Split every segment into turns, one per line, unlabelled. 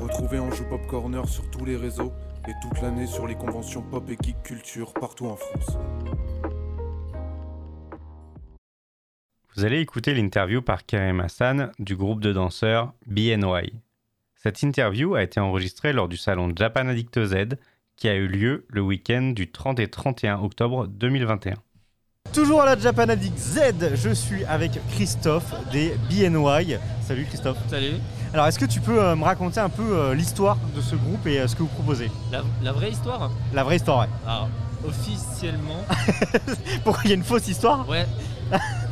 Retrouvez Anjou Pop Corner sur tous les réseaux et toute l'année sur les conventions pop et geek culture partout en France.
Vous allez écouter l'interview par Karim Hassan du groupe de danseurs BNY. Cette interview a été enregistrée lors du salon Japan Addict Z qui a eu lieu le week-end du 30 et 31 octobre 2021.
Toujours à la Japan Addict Z, je suis avec Christophe des BNY. Salut Christophe.
Salut.
Alors est-ce que tu peux euh, me raconter un peu euh, l'histoire de ce groupe et euh, ce que vous proposez
La, la vraie histoire
La vraie histoire, ouais.
Alors, officiellement,
Pourquoi il y a une fausse histoire
ouais,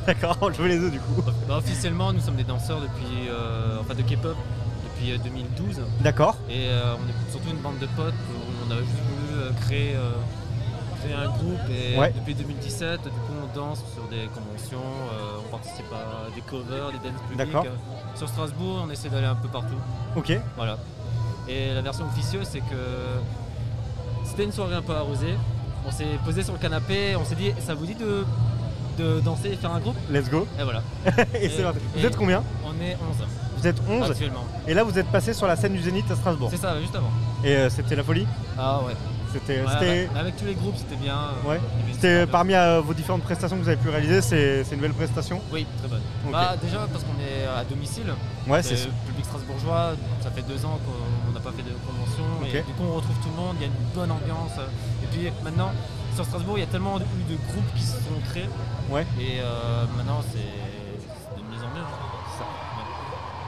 D'accord, je veux les deux du coup.
bah, officiellement, nous sommes des danseurs depuis, euh, enfin de K-pop depuis euh, 2012.
D'accord.
Et euh, on est surtout une bande de potes. où On a juste voulu euh, créer, euh, créer un groupe. Et euh,
Ouais.
depuis 2017, du coup, on danse sur des conventions. euh, on participe à des covers, des dances publiques.
D'accord.
Euh, Sur Strasbourg, on essaie d'aller un peu partout.
Ok.
Voilà. Et la version officieuse, c'est que c'était une soirée un peu arrosée. On s'est posé sur le canapé, on s'est dit, ça vous dit de, de danser et faire un groupe
Let's go.
Et voilà,
et c'est
Et-
parti. Vous
et-
êtes combien
on est 11
Vous êtes 11
actuellement.
et là vous êtes passé sur la scène du Zénith à Strasbourg.
C'est ça, juste avant.
Et euh, c'était la folie
Ah ouais.
C'était.
Ouais,
c'était-
avec, avec tous les groupes, c'était bien. euh,
Ouais.
il y avait une
c'était
histoire
parmi euh, vos différentes prestations que vous avez pu réaliser, c'est c'est une belle prestation.
de- Oui, très bonne.
Ok.
Bah, euh, déjà, parce qu'on est à domicile,
ouais,
c'est
Ah, c'est
le public strasbourgeois, ça fait deux ans qu'on n'a pas fait de convention. Et
Ok.
du coup, on retrouve tout le monde, il y a une bonne ambiance. euh, Et puis maintenant, sur Strasbourg, il y a tellement eu de groupes qui se sont créés.
Ouais.
Et euh, maintenant, c'est c'est de mieux hein. en mieux. Ouais.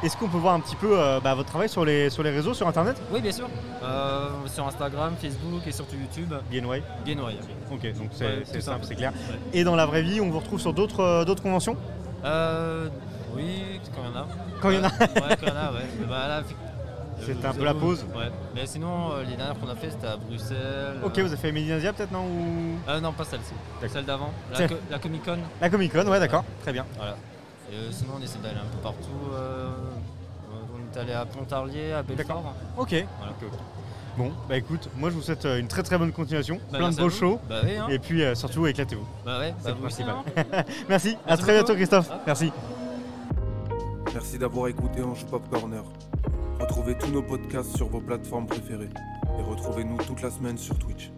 Est-ce qu'on peut voir un petit peu euh, bah, votre travail sur les, sur les réseaux, sur internet
Oui, bien sûr. Euh, sur Instagram, Facebook et surtout YouTube,
Bienway.
bien noyé.
Ok, donc c'est
Ouais,
c'est
tout
simple,
simple.
c'est clair.
Ouais.
Et dans la vraie vie, on vous retrouve sur d'autres euh, d'autres conventions
Euh, oui, quand il y en a.
Quand il y en a.
Ouais, ouais, quand il y en a, ouais. Bah, là, fi-
C'était
je
un
vous
peu la
avoue,
pause.
Ouais. Mais sinon, euh, les dernières qu'on a fait, c'était à Bruxelles.
Ok,
euh,
vous avez fait Médinasia peut-être, non ou...
euh, non, pas celle-ci.
D'accord.
Celle d'avant. La,
Celle-
co- la Comic Con.
La Comic Con, ouais, d'accord, très bien.
Voilà. Et, euh, sinon, on essaie d'aller un peu partout. euh, on est allé à Pontarlier, à Belfort.
Ok.
Voilà.
Bon, bah écoute, moi je vous souhaite euh, une très très bonne continuation,
Bah,
plein de
merci à
beaux
vous.
shows,
Bah oui, hein.
et puis euh, surtout éclatez-vous.
Bah ouais,
c'est
bah, vous aussi,
principal.
hein.
Merci, à
Merci
très bientôt
beaucoup.
Christophe,
Ah.
merci.
Merci d'avoir écouté Anjou Pop Corner. Retrouvez tous nos podcasts sur vos plateformes préférées et retrouvez-nous toute la semaine sur Twitch.